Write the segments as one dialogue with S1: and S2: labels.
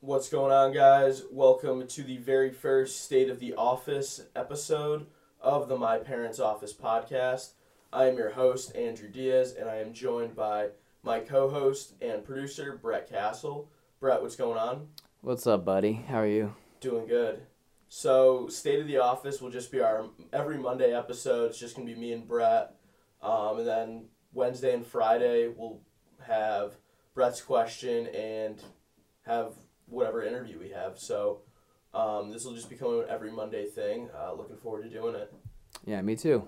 S1: What's going on, guys? Welcome to the very first State of the Office episode of the My Parents Office podcast. I am your host, Andrew Diaz, and I am joined by my co host and producer, Brett Castle. Brett, what's going on?
S2: What's up, buddy? How are you?
S1: Doing good. So, State of the Office will just be our every Monday episode. It's just going to be me and Brett. Um, and then Wednesday and Friday, we'll have Brett's question and have whatever interview we have. So, um, this will just become an every Monday thing. Uh, looking forward to doing it.
S2: Yeah, me too.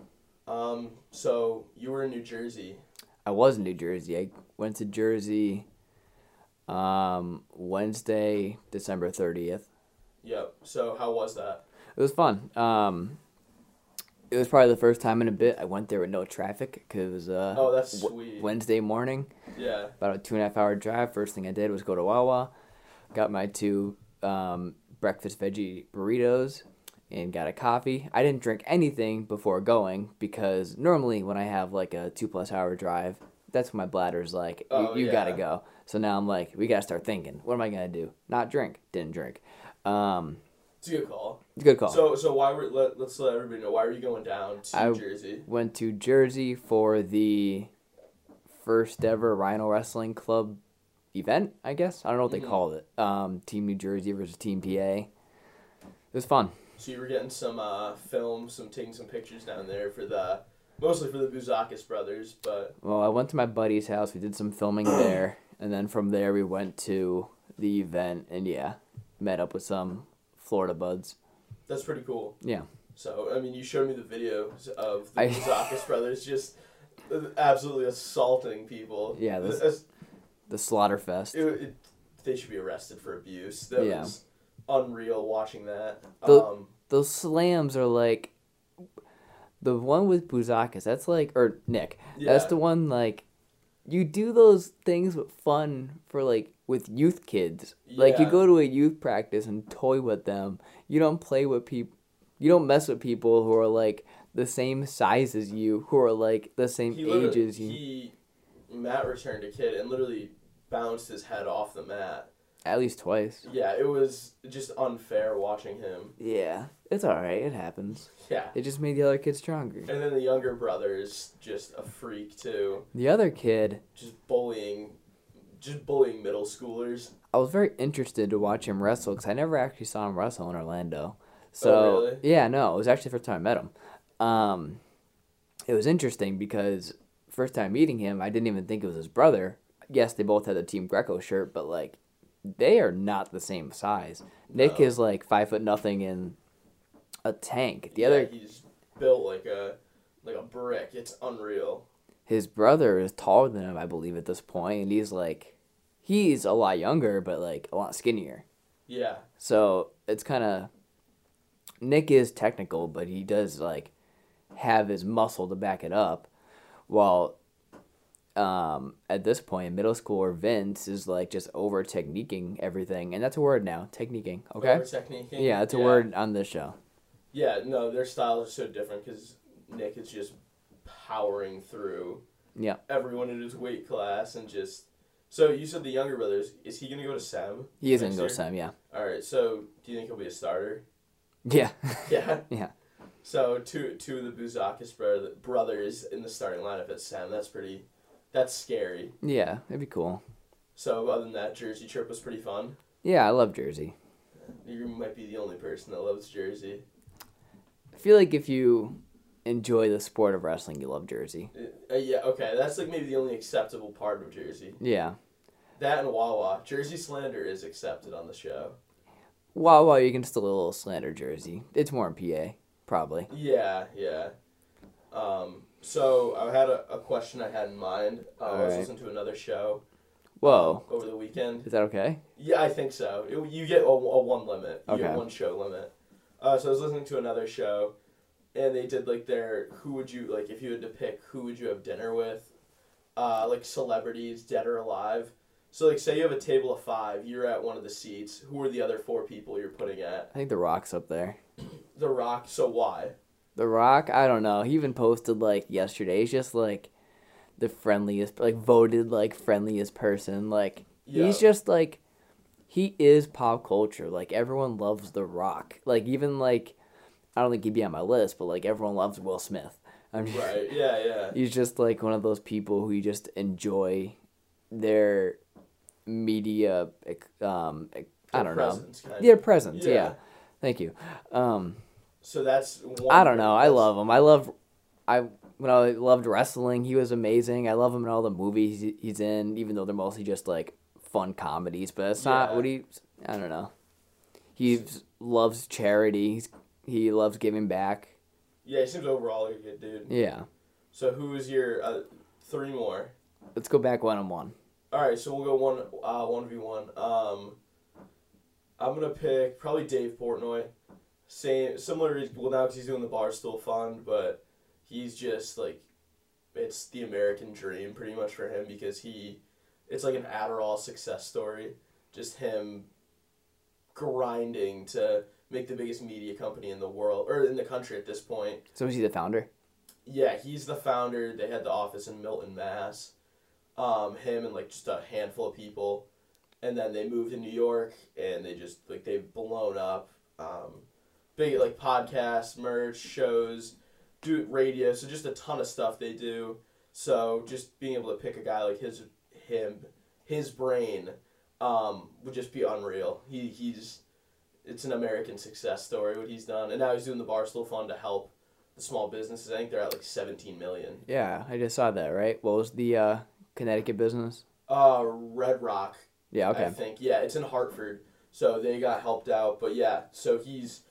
S1: Um, so, you were in New Jersey.
S2: I was in New Jersey. I went to Jersey um, Wednesday, December 30th.
S1: Yep. So, how was that?
S2: It was fun. Um, it was probably the first time in a bit I went there with no traffic because it was uh,
S1: Oh, that's
S2: Wed-
S1: sweet.
S2: Wednesday morning,
S1: Yeah.
S2: about a two and a half hour drive. First thing I did was go to Wawa, got my two um, breakfast veggie burritos, and got a coffee. I didn't drink anything before going because normally when I have like a two plus hour drive, that's when my bladder's like, you,
S1: Oh,
S2: you gotta
S1: yeah.
S2: go. So now I'm like, we gotta start thinking. What am I gonna do? Not drink. Didn't drink. Um,
S1: It's a good call.
S2: it's a good call.
S1: So, so why were let, let's let everybody know why were you going down to
S2: Oh. I-
S1: New Jersey?
S2: Went to Jersey for the first ever Rhino Wrestling Club event, I guess. I don't know what they called it. Um, Team New Jersey versus Team PA. It was fun.
S1: So you were getting some uh, film, some taking some pictures down there for the mostly for the Buzakis brothers, but
S2: Well, I went to my buddy's house. We did some filming there. And then from there, we went to the event and yeah, met up with some Florida buds.
S1: that's pretty cool.
S2: Yeah.
S1: So I mean, you showed me the videos of the
S2: I-
S1: Buzakis brothers just uh, absolutely assaulting people.
S2: Yeah, this-
S1: As-
S2: The Slaughterfest.
S1: it, it, they should be arrested for abuse. That
S2: Yeah.
S1: was unreal watching that.
S2: The-
S1: um,
S2: those slams are like the one with Buzakis, that's like or Nick. That's
S1: Yeah.
S2: the one like you do those things with fun for like with youth kids. Like you
S1: Yeah.
S2: go to a youth practice and toy with them. You don't play with people you don't mess with people who are like the same size as you, who are like the same
S1: he
S2: age
S1: literally-
S2: as you.
S1: he Matt returned a kid and literally bounced his head off the mat.
S2: At least twice.
S1: Yeah, it was just unfair watching him.
S2: Yeah. It's alright, it happens.
S1: Yeah.
S2: It just made the other kids stronger.
S1: And then the younger brother is just a freak too,
S2: The other kid
S1: just bullying, just bullying middle schoolers.
S2: I was very interested to watch him wrestle because I never actually saw him wrestle in Orlando. So
S1: Oh, really?
S2: yeah, no, it was actually the first time I met him. Um, it was interesting because first time meeting him, I didn't even think it was his brother. Yes, they both had the Team Greco shirt, but like they are not the same size. Nick
S1: No.
S2: is like five foot nothing and a tank. The
S1: yeah,
S2: other,
S1: he's built like a like a brick. It's unreal.
S2: his brother is taller than him, I believe, at this point, and he's like, he's a lot younger, but like a lot skinnier.
S1: Yeah,
S2: So it's kind of Nick is technical, but he does like have his muscle to back it up. While um, at this point, middle schooler Vince is like just over techniquing everything, and that's a word now, techniquing. Okay,
S1: Over techniquing.
S2: yeah, it's a word on this show.
S1: Yeah, no, their styles are so different because Nick is just powering through
S2: Yeah,
S1: everyone in his weight class and just. So you said the younger brothers. Is he gonna go to Sem?
S2: he is
S1: next
S2: in Go
S1: year?
S2: Sam. Yeah,
S1: All right. So do you think he'll be a starter?
S2: yeah,
S1: Yeah.
S2: yeah.
S1: So two two of the Buzakis brother, brothers in the starting lineup at Sam. That's pretty. That's scary.
S2: Yeah, it'd be cool.
S1: So other than that, Jersey trip was pretty fun.
S2: Yeah, I love Jersey.
S1: You might be the only person that loves Jersey.
S2: I feel like if you enjoy the sport of wrestling, you love Jersey.
S1: Uh, yeah, okay. That's like maybe the only acceptable part of Jersey.
S2: Yeah.
S1: That and Wawa. Jersey slander is accepted on the show.
S2: Wow, wow, you can still a little slander Jersey. It's more in PA, probably.
S1: Yeah, yeah. Um, so I had a, a question I had in mind. Uh, I was
S2: Alright.
S1: listening to another show
S2: Whoa,
S1: over the weekend.
S2: is that okay?
S1: Yeah, I think so. It, you get a, a one limit. You get
S2: Okay.
S1: one show limit. Uh, so I was listening to another show, and they did like their who would you like if you had to pick who would you have dinner with, uh, like celebrities dead or alive. So like say you have a table of five, you're at one of the seats. Who are the other four people you're putting at?
S2: I think The Rock's up there.
S1: The Rock. So why?
S2: The Rock, I don't know. He even posted like yesterday. He's just like the friendliest, like voted like friendliest person. Like
S1: Yeah.
S2: he's just like he is pop culture. Like everyone loves The Rock. Like even like I don't think he'd be on my list, but like everyone loves Will Smith. I'm just,
S1: Right. Yeah. Yeah.
S2: he's just like one of those people who you just enjoy their media um I don't know.
S1: presence, kind
S2: Their
S1: of.
S2: presence, yeah.
S1: Yeah.
S2: Thank you. Um
S1: So that's. One
S2: I don't know. I
S1: that's-
S2: love him. I love I when I loved wrestling, he was amazing. I love him in all the movies he- he's in, even though they're mostly just like fun comedies. But that's not
S1: Yeah.
S2: what he. I don't know. He loves charity. He's, he loves giving back.
S1: Yeah, he seems overall like a good dude.
S2: Yeah.
S1: So who is your uh, three more?
S2: Let's go back one on one.
S1: All right, so we'll go one uh one v one. Um, I'm gonna pick probably Dave Portnoy. Same similar to well now 'cause he's doing the Barstool Fund, but he's just like it's the American dream pretty much for him because he it's like an Adderall success story. Just him grinding to make the biggest media company in the world or in the country at this point.
S2: So is he the founder?
S1: Yeah, he's the founder. They had the office in Milton, Mass. Um, him and like just a handful of people, and then they moved to New York, and they just like they've blown up. Um, big like podcasts, merch, shows, do radio, so just a ton of stuff they do. So just being able to pick a guy like his him, his brain, um, would just be unreal. He he's it's an American success story what he's done, and now he's doing the Barstool Fund to help the small businesses. I think they're at like seventeen million.
S2: Yeah, I just saw that. Right. What was the uh, Connecticut business?
S1: Uh, Red Rock,
S2: Yeah. Okay.
S1: I think. Yeah, it's in Hartford, so they got helped out. But yeah, so he's,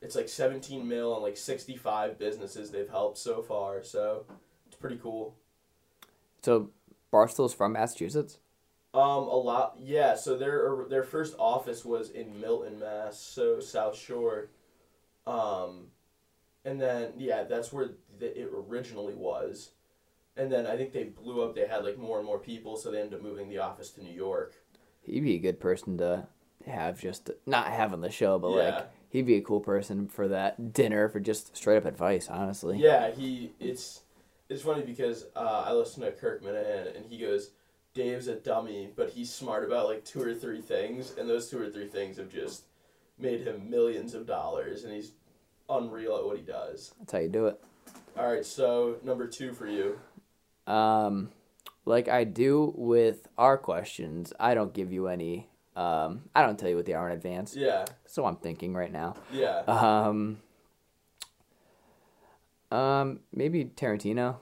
S1: it's like seventeen mil and like sixty five businesses they've helped so far. So it's pretty cool.
S2: So Barstool's from Massachusetts.
S1: Um, a lot. Yeah. So their their first office was in Milton, Mass. So South Shore. Um, and then yeah, that's where the, it originally was, and then I think they blew up. They had like more and more people, so they ended up moving the office to New York.
S2: He'd be a good person to have just not have on the show, but like
S1: Yeah.
S2: he'd be a cool person for that dinner for just straight up advice, honestly.
S1: Yeah, he. It's it's funny because uh, I listen to Kirk Minahan, and he goes, "Dave's a dummy, but he's smart about like two or three things, and those two or three things have just made him millions of dollars, and he's unreal at what he does."
S2: That's how you do it.
S1: All right, so number two for you.
S2: Um like I do with our questions, I don't give you any um I don't tell you what they are in advance.
S1: Yeah,
S2: So I'm thinking right now.
S1: yeah.
S2: Um um maybe Tarantino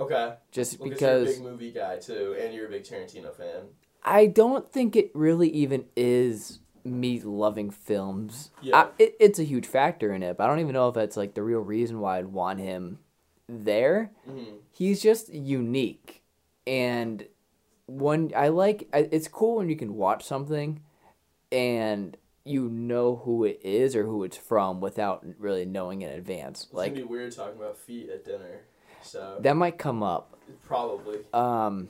S1: okay.
S2: just
S1: Well, 'cause you're a
S2: because
S1: big movie guy too, and you're a big Tarantino fan.
S2: I don't think it really even is me loving films.
S1: Yeah.
S2: I, it, it's a huge factor in it, but I don't even know if that's like the real reason why I'd want him there.
S1: Mm-hmm.
S2: He's just unique. And when I like, I, it's cool when you can watch something and you know who it is or who it's from without really knowing in advance.
S1: It's
S2: Like,
S1: gonna be weird talking about feet at dinner, so
S2: that might come up.
S1: probably.
S2: Um,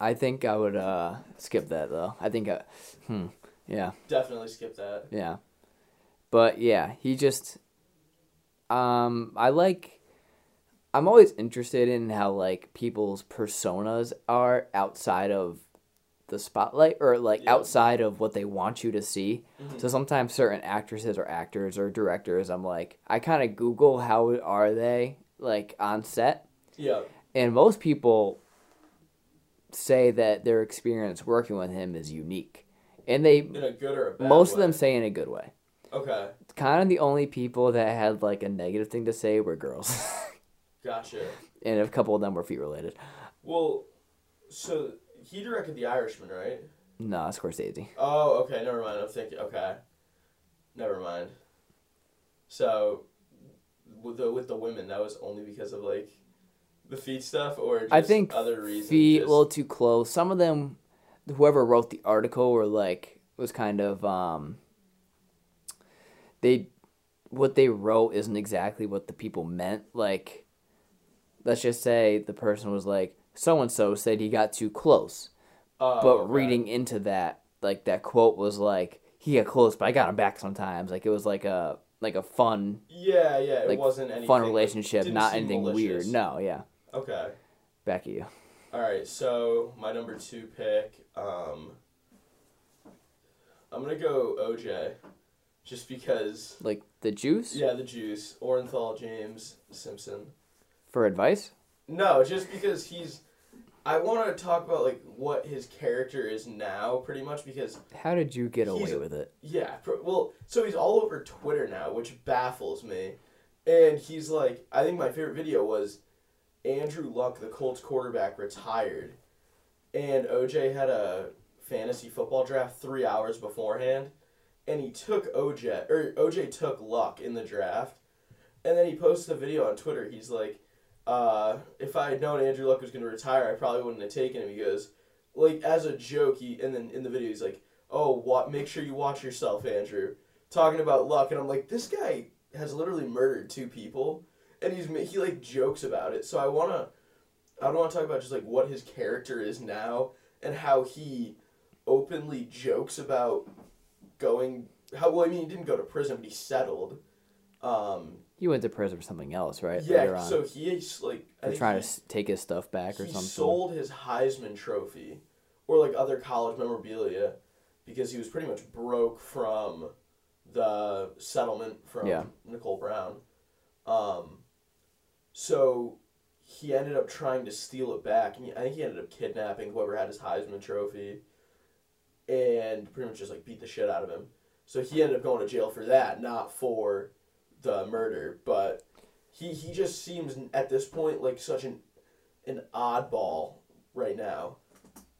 S2: I think I would uh, skip that though. I think, I, hmm, yeah.
S1: Definitely skip that.
S2: Yeah. But yeah, he just um I like I'm always interested in how like people's personas are outside of the spotlight or like
S1: Yeah. Mm-hmm.
S2: outside of what they want you to see. So sometimes certain actresses or actors or directors I'm like I kind of google how are they like on set
S1: Yeah,
S2: and most people say that their experience working with him is unique. And they
S1: in a good or a bad.
S2: most of
S1: way.
S2: them say in a good way
S1: Okay,
S2: kind of the only people that had like a negative thing to say were girls,
S1: gotcha.
S2: and a couple of them were feet related.
S1: Well, so he directed The Irishman, right?
S2: No, Scorsese.
S1: Oh, okay. Never mind. I'm thinking. Okay, never mind. So, with the with the women, that was only because of like the feet stuff, or just
S2: I think
S1: other reasons.
S2: feet a
S1: just-
S2: little too close. Some of them, whoever wrote the article, were like was kind of um. They, what they wrote isn't exactly what the people meant. Like, let's just say the person was like, so and so said he got too close.
S1: Oh,
S2: but
S1: okay.
S2: reading into that like that quote was like he got close but i got him back sometimes like it was like a like a fun
S1: Yeah, yeah. It
S2: like
S1: wasn't anything.
S2: fun relationship
S1: didn't
S2: not
S1: seem
S2: anything weird
S1: malicious.
S2: no yeah
S1: Okay.
S2: back at you
S1: All right. So my number two pick. Um, I'm gonna go OJ, just because.
S2: Like the juice
S1: Yeah, the juice. Orenthal, James Simpson.
S2: for advice?
S1: No, just because he's. I want to talk about like what his character is now, pretty much because
S2: How did you get
S1: He's-
S2: away with it?
S1: yeah, pr- well, so he's all over Twitter now, which baffles me, and he's like, I think my favorite video was Andrew Luck, the Colts quarterback, retired, and OJ had a fantasy football draft three hours beforehand, and he took OJ or OJ took Luck in the draft, and then he posted a video on Twitter. He's like, uh, if I had known Andrew Luck was going to retire, I probably wouldn't have taken him. He goes, like as a joke, he and then in the video he's like, oh, what? Make sure you watch yourself, Andrew. Talking about Luck, and I'm like, this guy has literally murdered two people, and he's ma- he like jokes about it. So I wanna, I want to talk about just like what his character is now and how he openly jokes about going. How well, I mean, he didn't go to prison, but he settled. Um,
S2: You went to prison for something else, right?
S1: yeah,
S2: Later on.
S1: so he's like I
S2: for
S1: think
S2: trying
S1: he-
S2: to s- take his stuff back or
S1: he
S2: something.
S1: sold his Heisman trophy or like other college memorabilia because he was pretty much broke from the settlement from
S2: Yeah.
S1: Nicole Brown. Um, so he ended up trying to steal it back, and he- I think he ended up kidnapping whoever had his Heisman trophy, and pretty much just like beat the shit out of him. So he ended up going to jail for that, not for the murder. But he he just seems at this point like such an an oddball right now,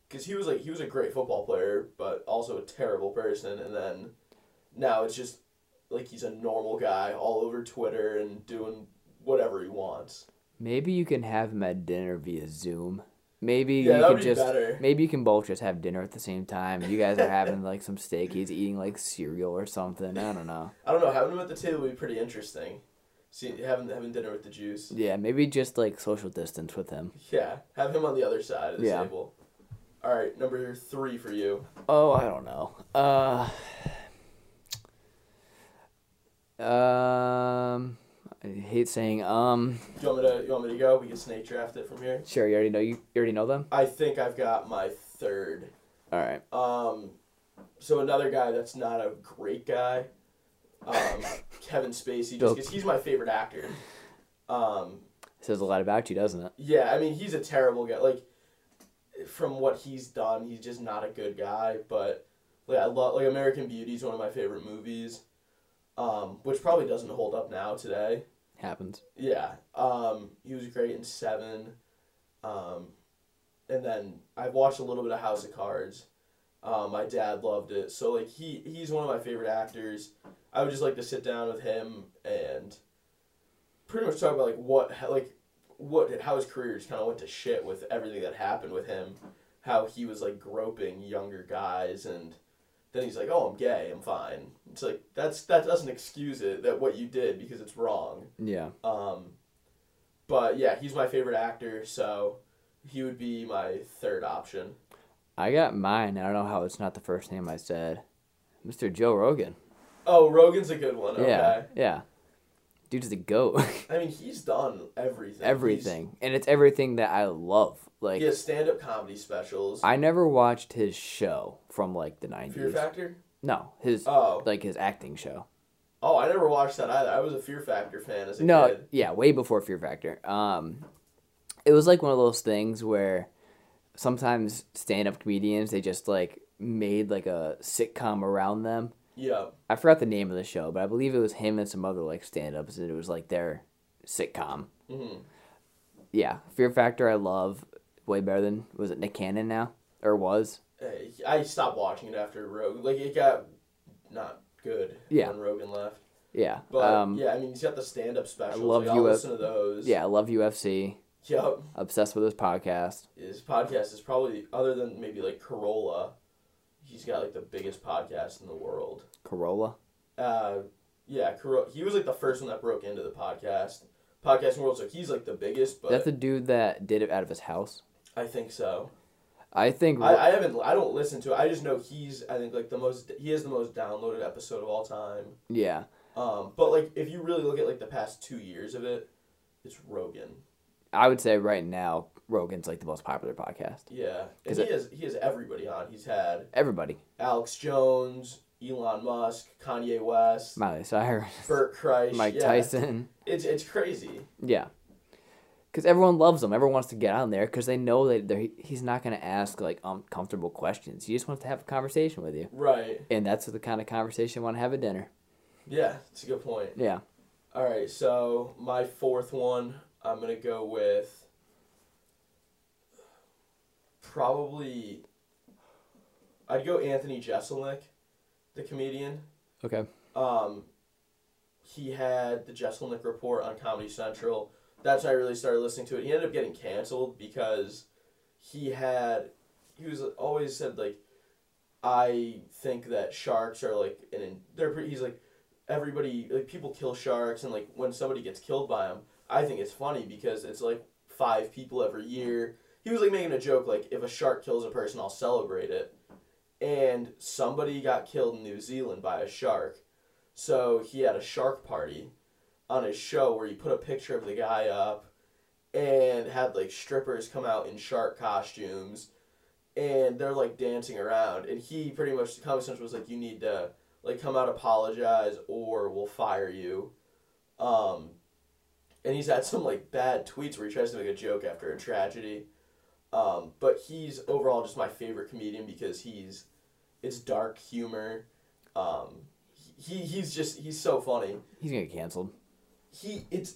S1: because he was like he was a great football player, but also a terrible person, and then now it's just like he's a normal guy all over Twitter and doing whatever he wants.
S2: Maybe you can have him at dinner via Zoom. Maybe
S1: Yeah,
S2: you
S1: that would
S2: can
S1: be
S2: just
S1: better.
S2: maybe you can both just have dinner at the same time. You guys are having like some steak. He's eating like cereal or something. I don't know.
S1: I don't know. Having him at the table would be pretty interesting. See, having having dinner with the Jews.
S2: Yeah, maybe just like social distance with him.
S1: Yeah, have him on the other side of the
S2: Yeah.
S1: table. All right, number three for you.
S2: Oh, I don't know. Uh, um, I hate saying um.
S1: You want me to? You want me to go? We can snake draft it from here.
S2: Sure, you already know you, you already know them.
S1: I think I've got my third.
S2: All right.
S1: Um, so another guy that's not a great guy, um, Kevin Spacey, just
S2: Dope.
S1: because he's my favorite actor. Um,
S2: Says a lot about you, doesn't it?
S1: Yeah, I mean he's a terrible guy. Like from what he's done, he's just not a good guy. But like I love like American Beauty is one of my favorite movies, um, which probably doesn't hold up now today.
S2: Happens.
S1: Yeah, um, he was great in Seven, um, and then I watched a little bit of House of Cards. Um, my dad loved it, so like he he's one of my favorite actors. I would just like to sit down with him and pretty much talk about like what how- like what how his career just kind of went to shit with everything that happened with him, how he was like groping younger guys and. Then he's like, "Oh, I'm gay. I'm fine." It's like that's that doesn't excuse it that what you did because it's wrong.
S2: Yeah.
S1: Um, but yeah, he's my favorite actor, so he would be my third option.
S2: I got mine. I don't know how it's not the first name I said. Mr. Joe Rogan.
S1: Oh, Rogan's a good one. Okay.
S2: Yeah. Yeah. Dude's the goat.
S1: I mean, he's done everything.
S2: everything. And it's everything that I love.
S1: He's,
S2: Like
S1: he has stand-up comedy specials.
S2: I never watched his show from like the
S1: Fear
S2: nineties.
S1: Factor.
S2: No. His
S1: Oh,
S2: like his acting show.
S1: oh, I never watched that either. I was a Fear Factor fan as a
S2: no,
S1: kid.
S2: yeah, way before Fear Factor. Um, it was like one of those things where sometimes stand-up comedians they just like made like a sitcom around them.
S1: Yeah,
S2: I forgot the name of the show, but I believe it was him and some other like stand-ups, and it was like their sitcom.
S1: Mhm.
S2: Yeah, Fear Factor, I love way better than was it Nick Cannon now or was?
S1: Hey, I stopped watching it after Rogan. Like it got not good
S2: Yeah.
S1: when Rogan left.
S2: Yeah,
S1: But
S2: um, yeah.
S1: yeah, I mean, he's got the stand-up specials.
S2: love
S1: like, I'll
S2: you, uh,
S1: listen to those.
S2: I love UFC.
S1: Yep.
S2: Obsessed with his podcast.
S1: his podcast is probably other than maybe like Corolla, he's got like the biggest podcast in the world.
S2: Corolla.
S1: Uh, yeah, Corolla. He was like the first one that broke into the podcast podcasting world, so he's like the biggest. But
S2: That's the dude that did it out of his house.
S1: I think so.
S2: I think.
S1: I, I haven't. I don't listen to it. I just know he's. I think like the most. He has the most downloaded episode of all time.
S2: yeah.
S1: Um, but like if you really look at like the past two years of it, it's Rogan.
S2: I would say right now Rogan's like the most popular podcast.
S1: Yeah, and
S2: 'Cause
S1: he
S2: it-
S1: has he has everybody on. He's had
S2: Everybody,
S1: Alex Jones, Elon Musk, Kanye West,
S2: Miley Cyrus,
S1: Burt Kreischer,
S2: Mike
S1: yeah.
S2: Tyson.
S1: It's it's crazy.
S2: Yeah. Because everyone loves him. Everyone wants to get on there because they know that they're, he's not going to ask like uncomfortable questions. He just wants to have a conversation with you.
S1: Right.
S2: And that's the kind of conversation you want to have at dinner.
S1: Yeah, it's a good point.
S2: Yeah.
S1: All right, so my fourth one, I'm gonna go with probably. I'd go Anthony Jeselnik, the comedian.
S2: Okay.
S1: Um, he had the Jeselnik Report on Comedy Central. That's when I really started listening to it. He ended up getting canceled because he had he was always said like I think that sharks are like an in- they're pretty, he's like everybody like people kill sharks and like when somebody gets killed by them I think it's funny because it's like five people every year. He was like making a joke like if a shark kills a person I'll celebrate it. And somebody got killed in New Zealand by a shark. So he had a shark party on his show where he put a picture of the guy up and had like strippers come out in shark costumes and they're like dancing around and he pretty much the comic central was like you need to like come out apologize or we'll fire you um and he's had some like bad tweets where he tries to make a joke after a tragedy um but he's overall just my favorite comedian because he's it's dark humor um he he's just he's so funny
S2: He's going to get canceled.
S1: he it's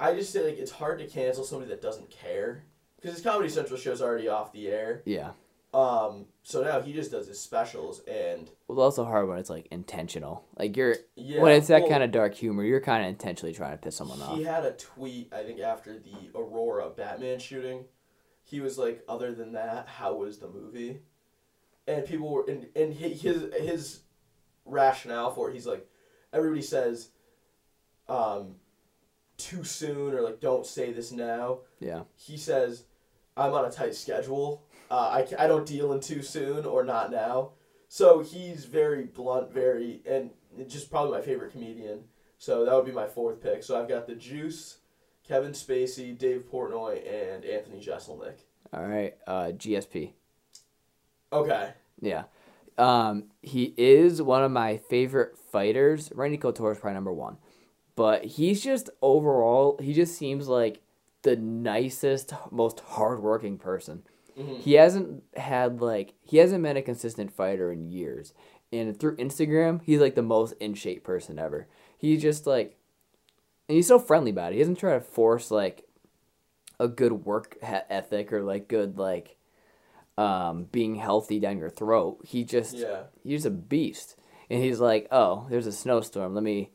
S1: I just say like it's hard to cancel somebody that doesn't care because his Comedy Central show's already off the air.
S2: Yeah.
S1: Um, so now he just does his specials and
S2: Well, it's also hard when it's like intentional. Like you're,
S1: yeah.
S2: when it's that
S1: well,
S2: kind of dark humor, you're kind of intentionally trying to piss someone off.
S1: He had a tweet I think after the Aurora Batman shooting. He was like, other than that, how was the movie? And people were and and hi- his his rationale for it, he's like, everybody says, um, too soon or like don't say this now.
S2: Yeah.
S1: he says, I'm on a tight schedule. Uh, I, ca- I don't deal in too soon or not now. So he's very blunt, very, and just probably my favorite comedian. So that would be my fourth pick. So I've got The Juice, Kevin Spacey, Dave Portnoy, and Anthony Jeselnik.
S2: All right. Uh, GSP.
S1: Okay.
S2: Yeah. Um, he is one of my favorite fighters. Randy Couture is probably number one. But he's just overall, he just seems like the nicest, most hardworking person. He hasn't had like he hasn't been a consistent fighter in years. And through Instagram, he's like the most in shape person ever. He's just like and he's so friendly about it. He doesn't try to force like a good work he- ethic or like good like um, being healthy down your throat. He just
S1: Yeah.
S2: he's a beast, and he's like, oh, there's a snowstorm. Let me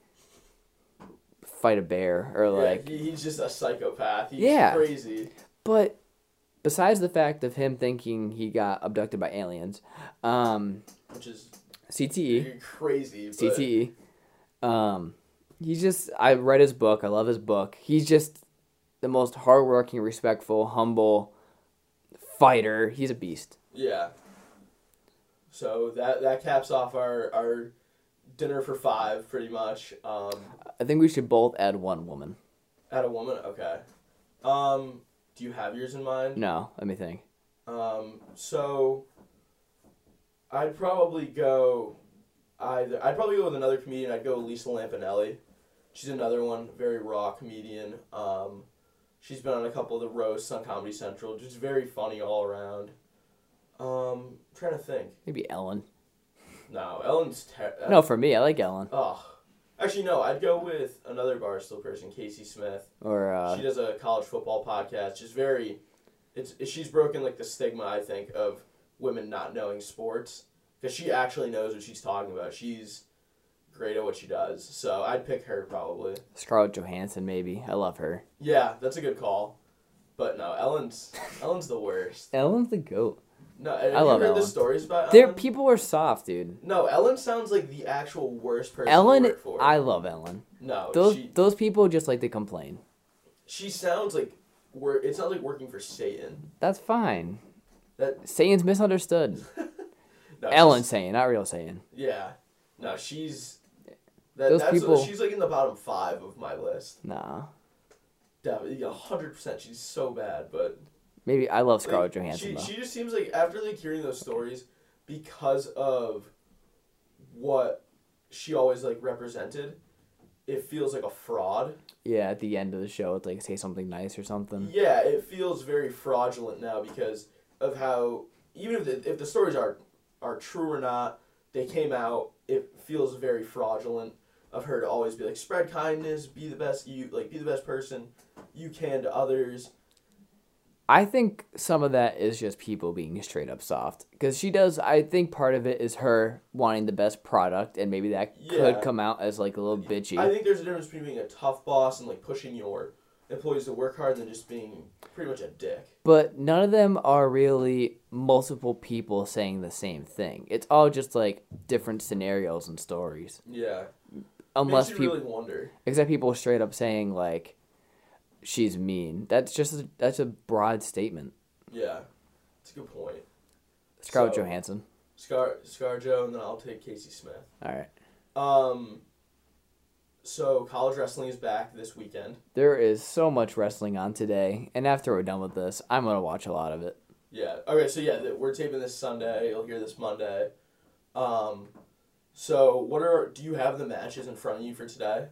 S2: fight a bear or like.
S1: yeah, he, he's just a psychopath. He's
S2: Yeah.
S1: crazy.
S2: But besides the fact of him thinking he got abducted by aliens, um, E,
S1: Which is
S2: CTE.
S1: crazy. But
S2: CTE. E, Um, he's just. I read his book. I love his book. He's just the most hardworking, respectful, humble fighter. He's a beast.
S1: Yeah. So that that caps off our, our dinner for five, pretty much. Um,
S2: I think we should both add one woman.
S1: At a woman? Okay. Um, do you have yours in mind?
S2: No, let me think.
S1: Um, so I'd probably go either I'd probably go with another comedian. I'd go with Lisa Lampanelli. She's another one, very raw comedian. Um, she's been on a couple of the roasts on Comedy Central. Just very funny all around. Um, I'm trying to think.
S2: Maybe Ellen.
S1: No, Ellen's ter-
S2: No, for me, I like Ellen
S1: Ugh. Actually, no. I'd go with another Barstool person, Casey Smith.
S2: or uh,
S1: she does a college football podcast. She's very, it's she's broken like the stigma I think of women not knowing sports because she actually knows what she's talking about. She's great at what she does. So I'd pick her probably.
S2: Scarlett Johansson. Maybe I love her.
S1: Yeah, that's a good call. But no, Ellen's Ellen's the worst.
S2: Ellen's the goat.
S1: No, have
S2: I
S1: you
S2: love
S1: heard
S2: Ellen.
S1: the stories about
S2: Their
S1: Ellen?
S2: people are soft, dude.
S1: no, Ellen sounds like the actual worst person. to
S2: Ellen,
S1: work for.
S2: I love Ellen.
S1: no,
S2: Those
S1: she
S2: those people just like to complain.
S1: she sounds like wor- it sounds like working for Satan.
S2: That's fine.
S1: That
S2: Satan's misunderstood.
S1: no, she's-
S2: Ellen saying, not real saying.
S1: Yeah. No, she's that,
S2: Those
S1: that's
S2: people-
S1: she's like in the bottom five of my list.
S2: Nah.
S1: hundred percent. She's so bad, but
S2: Maybe I love Scarlett
S1: like,
S2: Johansson
S1: She,
S2: though.
S1: she just seems like after like hearing those stories, because of what she always like represented, it feels like a fraud.
S2: yeah, at the end of the show, it's like say something nice or something.
S1: Yeah, it feels very fraudulent now because of how even if the, if the stories are are true or not, they came out. It feels very fraudulent of her to always be like spread kindness, be the best you like be the best person you can to others.
S2: I think some of that is just people being straight up soft because she does. I think part of it is her wanting the best product, and maybe that
S1: Yeah.
S2: could come out as like a little bitchy.
S1: I think there's a difference between being a tough boss and like pushing your employees to work hard than just being pretty much a dick.
S2: but none of them are really multiple people saying the same thing. It's all just like different scenarios and stories.
S1: Yeah,
S2: Unless
S1: makes
S2: people,
S1: you really wonder.
S2: except people straight up saying like, she's mean. That's just a, that's a broad statement.
S1: Yeah, it's a good point.
S2: Scarlett
S1: So-
S2: Johansson.
S1: Scar Scarjo, and then I'll take Casey Smith.
S2: All right.
S1: Um. So college wrestling is back this weekend.
S2: There is so much wrestling on today, and after we're done with this, I'm gonna watch a lot of it.
S1: Yeah. Okay. So yeah, th- we're taping this Sunday. You'll hear this Monday. Um. So what are do you have the matches in front of you for today?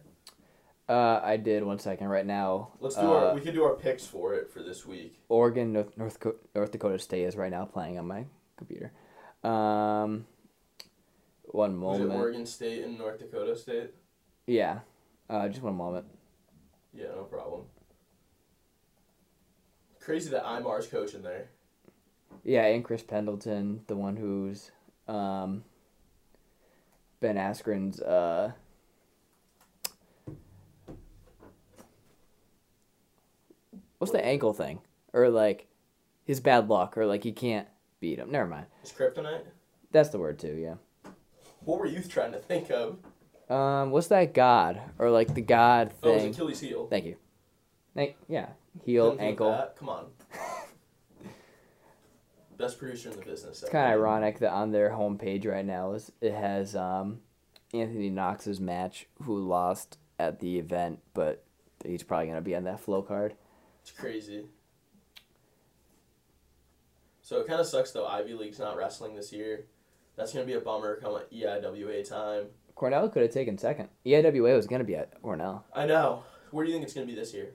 S2: Uh, I did one second right now.
S1: Let's do
S2: uh,
S1: our we could do our picks for it for this week.
S2: Oregon, North North, Co- North Dakota State is right now playing on my computer. Um, one
S1: Was it
S2: moment.
S1: Oregon State and North Dakota State?
S2: Yeah, uh, just one moment.
S1: Yeah, no problem. Crazy that Imar's coaching there.
S2: Yeah, and Chris Pendleton, the one who's um, Ben Askren's uh, what's the ankle thing or like his bad luck or like he can't beat him. Never mind.
S1: Is kryptonite?
S2: That's the word too. Yeah.
S1: What were you trying to think of?
S2: Um, what's that god or like the god
S1: Oh, it was
S2: thing?
S1: Achilles heel.
S2: Thank you. Thank yeah, heel
S1: Couldn't think of
S2: ankle.
S1: that. Come on. Best producer in the business.
S2: It's kind of ironic that on their homepage right now is it has um, Anthony Knox's match, who lost at the event, but he's probably gonna be on that flow card.
S1: It's crazy. So it kind of sucks though. Ivy League's not wrestling this year. That's gonna be a bummer. Come E at EIWA time.
S2: Cornell could have taken second. E EIWA was gonna be at Cornell.
S1: I know. Where do you think it's gonna be this year?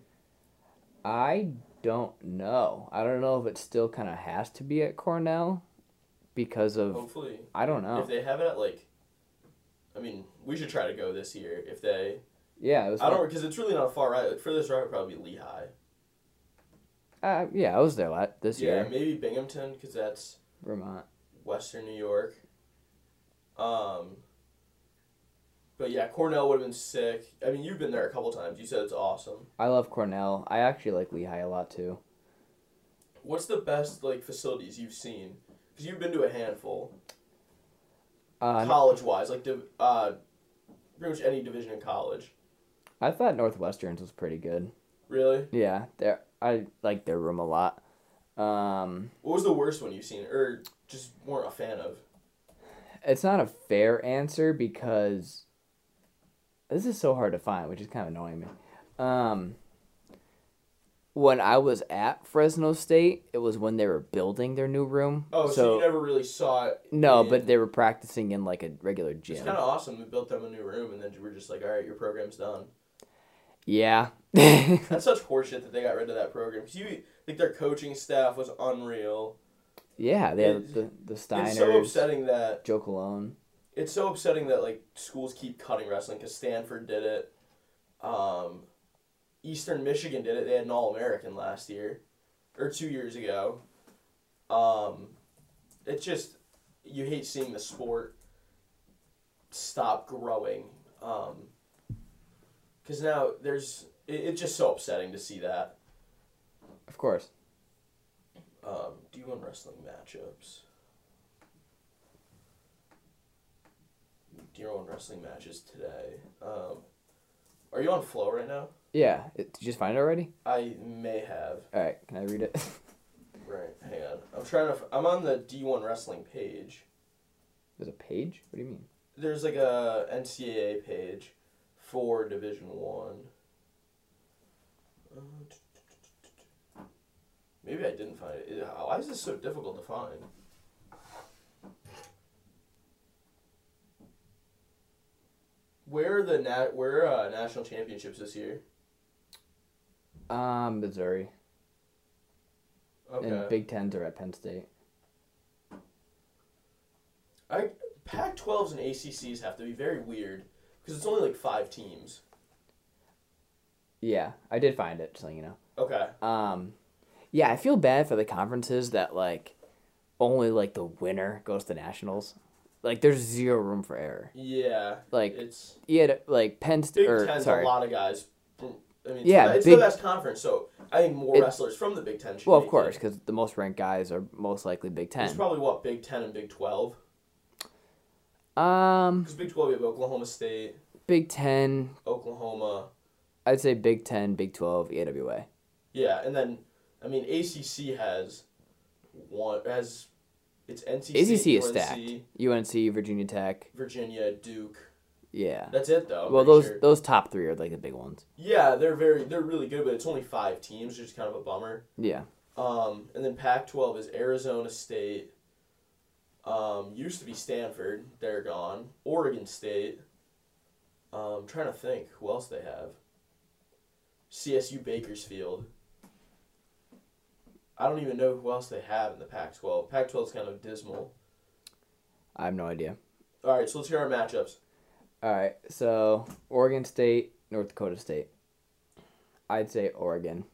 S2: I don't know. I don't know if it still kind of has to be at Cornell because of
S1: Hopefully,
S2: I don't know.
S1: if they have Oh, it at like, I mean, we should try to go this year. If they,
S2: yeah, it was.
S1: I don't, because it's really not far right. Like furthest right would probably be Lehigh.
S2: Uh, yeah, I was there la- this
S1: Yeah,
S2: year,
S1: maybe Binghamton, because that's
S2: Vermont.
S1: Western New York. Um, but yeah, Cornell would have been sick. I mean, you've been there a couple times. You said it's awesome.
S2: I love Cornell. I actually like Lehigh a lot too.
S1: What's the best like facilities you've seen? Because you've been to a handful,
S2: Uh,
S1: college wise, like div- uh, pretty much any division in college.
S2: I thought Northwestern's was pretty good.
S1: Really?
S2: Yeah, there I like their room a lot. Um,
S1: What was the worst one you've seen, or just weren't a fan of?
S2: it's not a fair answer because this is so hard to find, which is kind of annoying me. Um, when I was at Fresno State, it was when they were building their new room.
S1: Oh, so, you never really saw it.
S2: no,
S1: in-
S2: but they were practicing in like a regular gym.
S1: it's kind of awesome. We built them a new room, and then we're just like, all right, your program's done.
S2: yeah.
S1: That's such horseshit that they got rid of that program. 'Cause you like their coaching staff was unreal.
S2: yeah, they had
S1: It-
S2: the, the Steiners,
S1: It's so upsetting that
S2: Joe Colon.
S1: it's so upsetting that like schools keep cutting wrestling because Stanford did it, um, Eastern Michigan did it. They had an All American last year, or two years ago. Um, it's just you hate seeing the sport stop growing. Um, because now there's it, it's just so upsetting to see that.
S2: Of course.
S1: Um, D1 wrestling matchups. D1 wrestling matches today. Um, are you on flow right now?
S2: Yeah. It, did you just find it already?
S1: I may have.
S2: All right. Can I read it?
S1: Right, hang on. I'm trying to. F- I'm on the D1 wrestling page.
S2: There's a page? What do you mean?
S1: There's like a NCAA page for Division One. Uh, Maybe I didn't find it. Uh, Why is this so difficult to find? Where are the nat where are, uh, national championships this year?
S2: Um, Missouri
S1: Okay.
S2: and Big Tens are at Penn State.
S1: I Pac-12s and ACCs have to be very weird because it's only like five teams.
S2: Yeah, I did find it. Just letting you know.
S1: Okay.
S2: Um, yeah, I feel bad for the conferences that like only like the winner goes to nationals. Like there's zero room for error.
S1: Yeah.
S2: Like-
S1: it's
S2: You had like Penn State
S1: Big
S2: or
S1: Ten's
S2: sorry.
S1: a lot of guys. I mean, it's,
S2: Yeah,
S1: the, it's
S2: Big-
S1: the best conference, so I think more
S2: It-
S1: wrestlers from the Big Ten. Should
S2: Well, of
S1: make it.
S2: course, because the most ranked guys are most likely Big
S1: It's
S2: Ten.
S1: probably what Big Ten and Big Twelve.
S2: Um,
S1: Because Big Twelve, we have Oklahoma State,
S2: Big Ten.
S1: Oklahoma.
S2: I'd say Big Ten, Big Twelve, E EWA.
S1: Yeah, and then I mean ACC has one has it's NC
S2: ACC
S1: State,
S2: is
S1: UNC,
S2: stacked. UNC, Virginia Tech.
S1: Virginia, Duke.
S2: Yeah.
S1: That's it though. I'm
S2: Well,
S1: pretty
S2: those
S1: sure.
S2: those top three are like the big ones.
S1: Yeah, they're very they're really good, but it's only five teams, which is kind of a bummer.
S2: Yeah.
S1: Um, and then Pac-12 is Arizona State. Um, used to be Stanford. They're gone. Oregon State. Um, trying to think who else they have. CSU Bakersfield. I don't even know who else they have in the Pac-12. Pac-12 is kind of dismal.
S2: I have no idea.
S1: All right, so let's hear our matchups.
S2: All right. So Oregon State, North Dakota State. I'd say Oregon,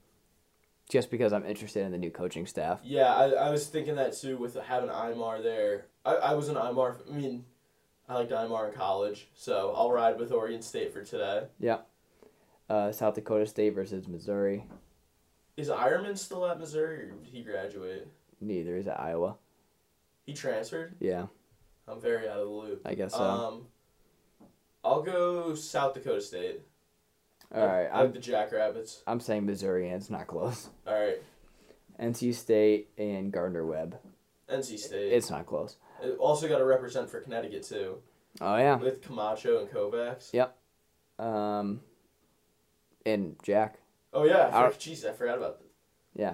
S2: just because I'm interested in the new coaching staff.
S1: Yeah, I, I was thinking that too with having Imar there. I, I was an Imar. I mean, I liked Imar in college, so I'll ride with Oregon State for today.
S2: Uh, South Dakota State versus Missouri.
S1: Is Ironman still at Missouri or did he graduate?
S2: Neither is at Iowa.
S1: He transferred?
S2: Yeah,
S1: I'm very out of the loop.
S2: I guess so.
S1: Um, I'll go South Dakota State.
S2: All right.
S1: Uh, I like
S2: I'm
S1: the Jackrabbits.
S2: I'm saying Missouri, and it's not close.
S1: All right.
S2: NC State and Gardner Webb.
S1: NC State.
S2: It's not close.
S1: Uh, also got to represent for Connecticut, too,
S2: Oh yeah.
S1: with Camacho and Kovacs.
S2: Yeah. Um. And Jack.
S1: Oh, yeah. I
S2: Our-
S1: for- Jeez, I forgot about that.
S2: Yeah.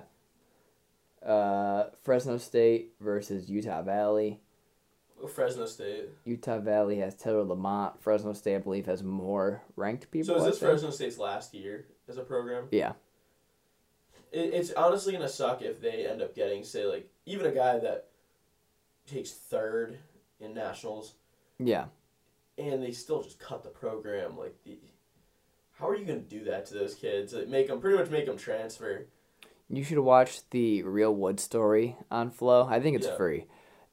S2: Uh, Fresno State versus Utah Valley.
S1: Oh, Fresno State.
S2: Utah Valley has Taylor Lamont. Fresno State, I believe, has more ranked people.
S1: So is
S2: I
S1: this
S2: think.
S1: Fresno State's last year as a program?
S2: Yeah.
S1: It, it's honestly gonna suck if they end up getting, say, like even a guy that takes third in nationals,
S2: Yeah.
S1: and they still just cut the program. Like, the, how are you gonna do that to those kids? Like, make them pretty much make them transfer.
S2: You should watch the Real Wood story on Flow. I think it's
S1: Yeah.
S2: free.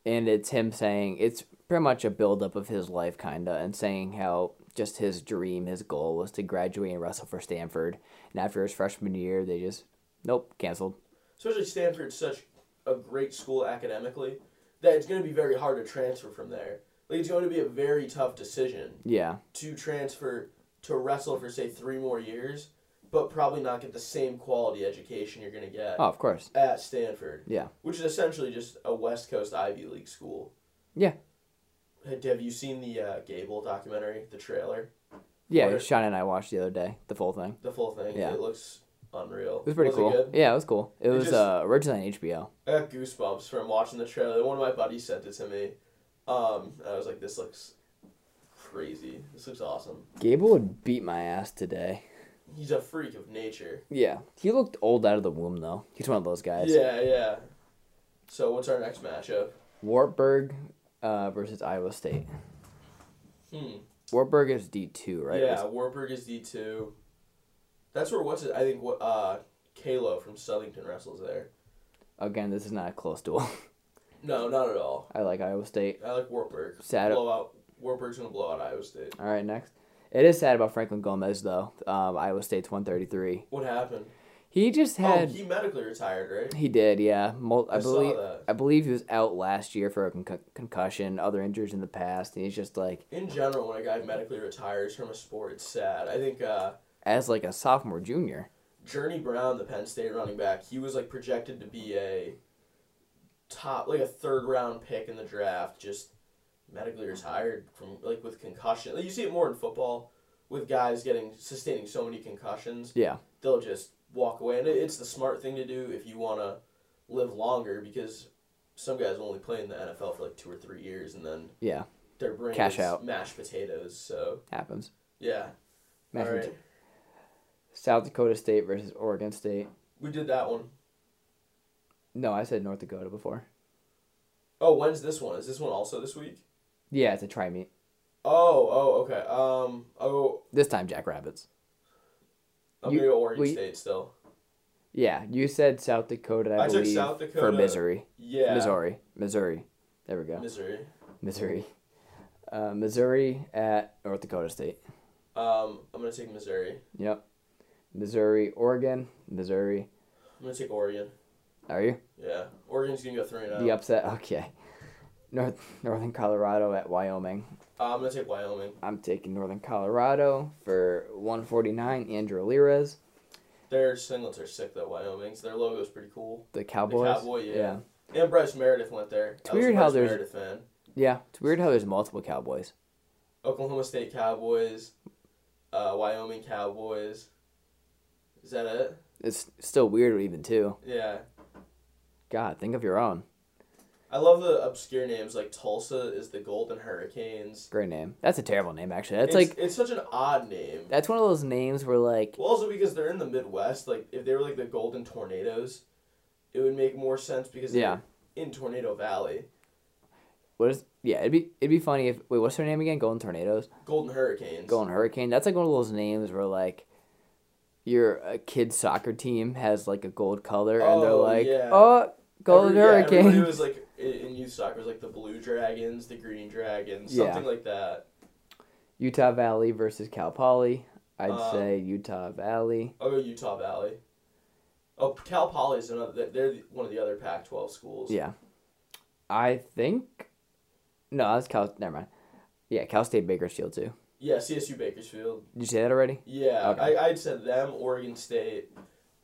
S2: And it's him saying it's pretty much a buildup of his life, kind of, and saying how just his dream, his goal was to graduate and wrestle for Stanford. And after his freshman year, they just, nope, canceled.
S1: Especially Stanford's such a great school academically that it's gonna be very hard to transfer from there. Like, it's going to be a very tough decision
S2: Yeah.
S1: to transfer to wrestle for say three more years, but probably not get the same quality education you're gonna get.
S2: Oh, of course.
S1: at Stanford.
S2: Yeah.
S1: Which is essentially just a West Coast Ivy League school.
S2: Yeah.
S1: Had- Have you seen the uh, Gable documentary, the trailer,
S2: Yeah,
S1: Or-
S2: Sean and I watched the other day, the full thing.
S1: the full thing?
S2: Yeah.
S1: It looks unreal.
S2: It was pretty cool.
S1: It good?
S2: Yeah, it was cool. It,
S1: It
S2: was
S1: just-
S2: uh, originally on HBO.
S1: I got goosebumps from watching the trailer. One of my buddies sent it to me. Um, and I was like, this looks crazy. This looks awesome.
S2: Gable would beat my ass today.
S1: He's a freak of nature.
S2: Yeah. He looked old out of the womb, though. He's one of those guys.
S1: Yeah, yeah. So what's our next matchup?
S2: Wartburg uh, versus Iowa State.
S1: Hmm.
S2: Wartburg is D2, right?
S1: Yeah, Warburg is D two. That's where what's it? I think what uh, Kalo from Southington wrestles there.
S2: Again, this is not a close duel.
S1: No, not at all.
S2: I like Iowa State.
S1: I like Warburg.
S2: Sad-
S1: Blow out. Warburg's gonna blow out Iowa State.
S2: All right, next. It is sad about Franklin Gomez, though. Um, Iowa State's 133.
S1: What happened?
S2: He just had.
S1: oh,
S2: he...
S1: he medically retired, right?
S2: did, yeah. Mul- I,
S1: I saw
S2: believe
S1: that.
S2: I believe he was out last year for a con- concussion, other injuries in the past, and he's just like
S1: In general, when a guy medically retires from a sport, it's sad. I think uh,
S2: as like a sophomore junior.
S1: Journey Brown, the Penn State running back, he was like projected to be a top, like a third round pick in the draft. Just medically retired from like with concussion. Like, you see it more in football with guys getting sustaining so many concussions.
S2: Yeah.
S1: They'll just walk away. And it, it's the smart thing to do if you want to live longer because some guys only play in the NFL for like two or three years and then
S2: Yeah,
S1: their brain
S2: Cash
S1: is
S2: out.
S1: mashed potatoes. So
S2: happens.
S1: yeah,
S2: Mashed
S1: all right,
S2: pota- South Dakota State versus Oregon State.
S1: we did that one.
S2: No, I said North Dakota before.
S1: Oh, when's this one? Is this one also this week?
S2: Yeah, it's a try meet.
S1: Oh, oh, okay. Um, oh,
S2: This time, Jackrabbits.
S1: I'm
S2: You-
S1: gonna go Oregon
S2: well, you-
S1: State still.
S2: Yeah, you said South Dakota. I,
S1: I took
S2: believe
S1: South
S2: for
S1: Dakota.
S2: Missouri,
S1: Yeah,
S2: Missouri, Missouri. There we go,
S1: Missouri.
S2: Missouri. Uh, Missouri at North Dakota State.
S1: Um, I'm gonna take Missouri.
S2: Yep. Missouri, Oregon, Missouri.
S1: I'm gonna take Oregon.
S2: Are you
S1: Yeah, Oregon's gonna go three and oh.
S2: the
S1: zero.
S2: upset? Okay. North Northern Colorado at Wyoming.
S1: Uh, I'm gonna take Wyoming.
S2: I'm taking Northern Colorado for 149. Andrew Lira's
S1: Their singlets are sick though. Wyoming's their logo's pretty cool.
S2: the Cowboys.
S1: Cowboy, yeah. And Bryce Meredith went there.
S2: It's
S1: I was a
S2: weird how
S1: Bryce
S2: there's-
S1: Meredith fan.
S2: Yeah, It's weird how there's multiple Cowboys.
S1: Oklahoma State Cowboys, uh, Wyoming Cowboys. Is that it?
S2: It's still weird even too.
S1: Yeah.
S2: God, think of your own.
S1: I love the obscure names like Tulsa is the Golden Hurricanes.
S2: Great name. That's a terrible name actually. That's
S1: It's,
S2: like
S1: it's such an odd name.
S2: That's one of those names where like
S1: Well, also because they're in the Midwest, like if they were like the Golden Tornadoes, it would make more sense because they're
S2: Yeah.
S1: in Tornado Valley,
S2: what is yeah it'd be it'd be funny if wait what's her name again Golden Tornadoes
S1: Golden Hurricanes.
S2: Golden Hurricane that's like one of those names where like your uh, kid's soccer team has like a gold color and they're
S1: Oh,
S2: like
S1: yeah.
S2: oh Golden
S1: Every- yeah,
S2: Hurricane
S1: everybody was like i- in youth soccer was like the Blue Dragons, the Green Dragons,
S2: Yeah.
S1: something like that.
S2: Utah Valley versus Cal Poly I'd
S1: Um,
S2: say Utah Valley
S1: I'll go Utah Valley. Oh, Cal Poly is another. They're the- one of the other Pac-12 schools.
S2: yeah I think no that's Cal never mind yeah Cal State Bakersfield too
S1: Yeah, CSU Bakersfield.
S2: did you say that already
S1: Yeah,
S2: Okay.
S1: I I'd said them, Oregon State,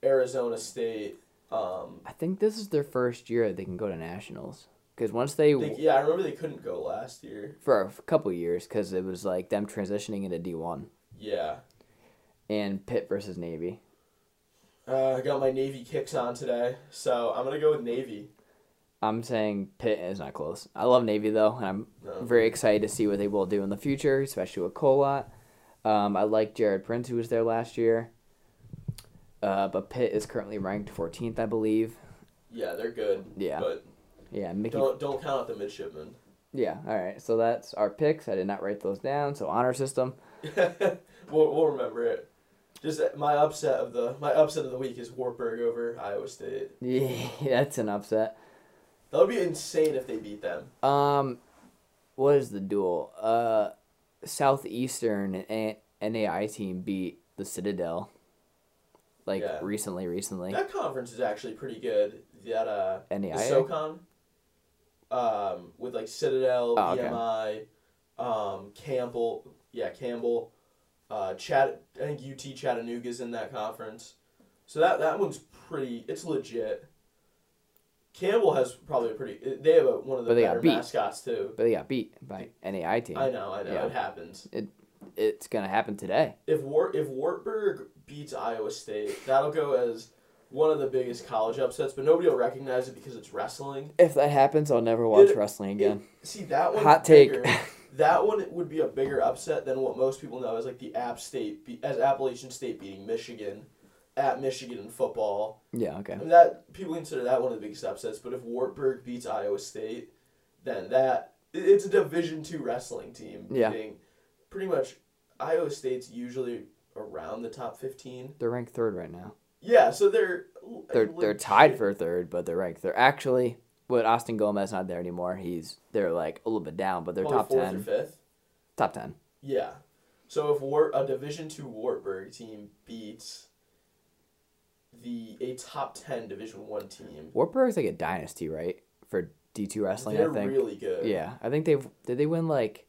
S1: Arizona State. Um,
S2: I think this is their first year that they can go to nationals because once they
S1: I think- yeah, I remember they couldn't go last year.
S2: for a couple years because it was like them transitioning into D one
S1: Yeah.
S2: and Pitt versus Navy.
S1: Uh, I got my Navy kicks on today, so I'm gonna go with Navy.
S2: I'm saying Pitt is not close. I love Navy though, and I'm
S1: No.
S2: very excited to see what they will do in the future, especially with Colot. Um, I like Jared Prince, who was there last year. Uh, but Pitt is currently ranked 14th, I believe.
S1: Yeah, they're good.
S2: Yeah.
S1: But
S2: Yeah, Mickey.
S1: don't don't count out the midshipmen.
S2: Yeah, all right. So that's our picks. I did not write those down. So honor system.
S1: we'll, we'll remember it. Just that my upset of the my upset of the week is Wartburg over Iowa State.
S2: Yeah, that's an upset.
S1: That would be insane if they beat them.
S2: Um, what is the duel? Uh, Southeastern and NAI team beat the Citadel. Like
S1: Yeah.
S2: recently, recently.
S1: That conference is actually pretty good. That uh, the
S2: NAIA?
S1: SoCon, um, with like Citadel,
S2: Oh, okay.
S1: BMI, um, Campbell, yeah, Campbell, uh, Chat. I think UT Chattanooga's in that conference, so that that one's pretty. It's legit. Campbell has probably a pretty. They have a, one of the
S2: But they got
S1: better
S2: beat.
S1: mascots too.
S2: But they got beat by NAI team.
S1: I know, I know,
S2: Yeah.
S1: it happens.
S2: It's gonna happen today.
S1: If War if Wartburg beats Iowa State, that'll go as one of the biggest college upsets, but nobody will recognize it because it's wrestling.
S2: If that happens, I'll never watch
S1: It-
S2: wrestling again.
S1: See that one.
S2: Hot take.
S1: that one would be a bigger upset than what most people know as like the App State be- as Appalachian State beating Michigan at Michigan in football.
S2: yeah. Okay.
S1: I mean, that people consider that one of the biggest upsets. But if Wartburg beats Iowa State, then that it- it's a Division two wrestling team
S2: Yeah.
S1: beating pretty much Iowa State's usually around the top fifteen.
S2: They're ranked third right now.
S1: Yeah, so they're
S2: They're they're tied for third, but they're ranked. They're actually. With Austin Gomez not there anymore, he's they're like a little bit down, but they're
S1: probably
S2: top
S1: fourth or
S2: ten.
S1: fifth.
S2: Top ten.
S1: Yeah. So if War a Division Two Wartburg team beats the a top ten Division One team,
S2: Wartburg's like a dynasty, right? For D two wrestling,
S1: they're
S2: I think.
S1: really good.
S2: Yeah, I think they've did they win like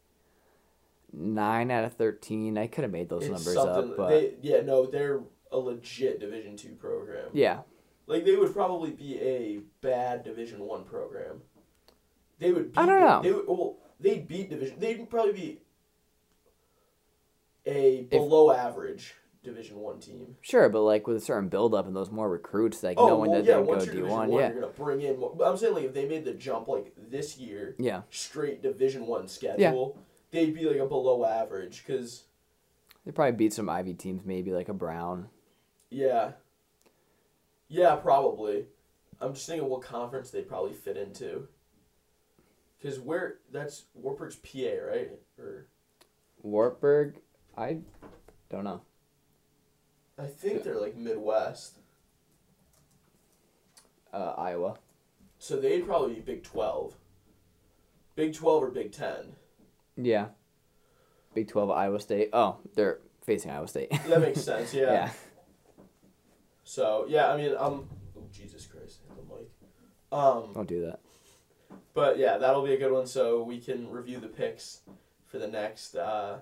S2: nine out of thirteen. I could have made those
S1: it's
S2: numbers
S1: something.
S2: up, but
S1: They, yeah, no, they're a legit Division Two program.
S2: yeah,
S1: Like they would probably be a bad Division One program. They would. Beat
S2: I don't know.
S1: They would, well, they'd beat Division. They'd probably be a below average Division One team.
S2: Sure, but like with a certain build up and those more recruits, like
S1: Oh
S2: knowing
S1: well,
S2: that
S1: yeah.
S2: they go
S1: Once you're
S2: D
S1: Division
S2: one,
S1: One,
S2: yeah,
S1: you're gonna bring in. More, but I'm saying like if they made the jump like this year,
S2: yeah,
S1: straight Division One schedule, they'd be like a below average. Cause
S2: they probably beat some Ivy teams, maybe like a Brown.
S1: yeah, yeah, probably. I'm just thinking what conference they'd probably fit into. Cause where that's Warburg's PA, right? Or
S2: Wartburg, I don't know.
S1: I think they're like Midwest,
S2: Uh, Iowa,
S1: so they'd probably be Big Twelve. Big Twelve or Big Ten.
S2: yeah, Big Twelve, Iowa State. Oh, they're facing Iowa State.
S1: That makes sense. Yeah.
S2: yeah,
S1: So yeah, I mean, um, oh, Jesus Christ, I have a mic. Um,
S2: don't do that.
S1: but yeah, that'll be a good one. So we can review the picks for the next uh,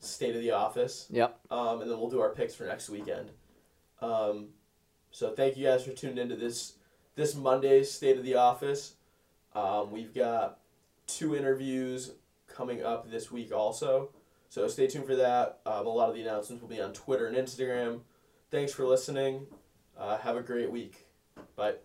S1: state of the office,
S2: Yep.
S1: um, and then we'll do our picks for next weekend. Um, so thank you guys for tuning into this this Monday's state of the office. Um, we've got two interviews coming up this week also. So stay tuned for that. Um, a lot of the announcements will be on Twitter and Instagram. Thanks for listening. Uh, have a great week. Bye.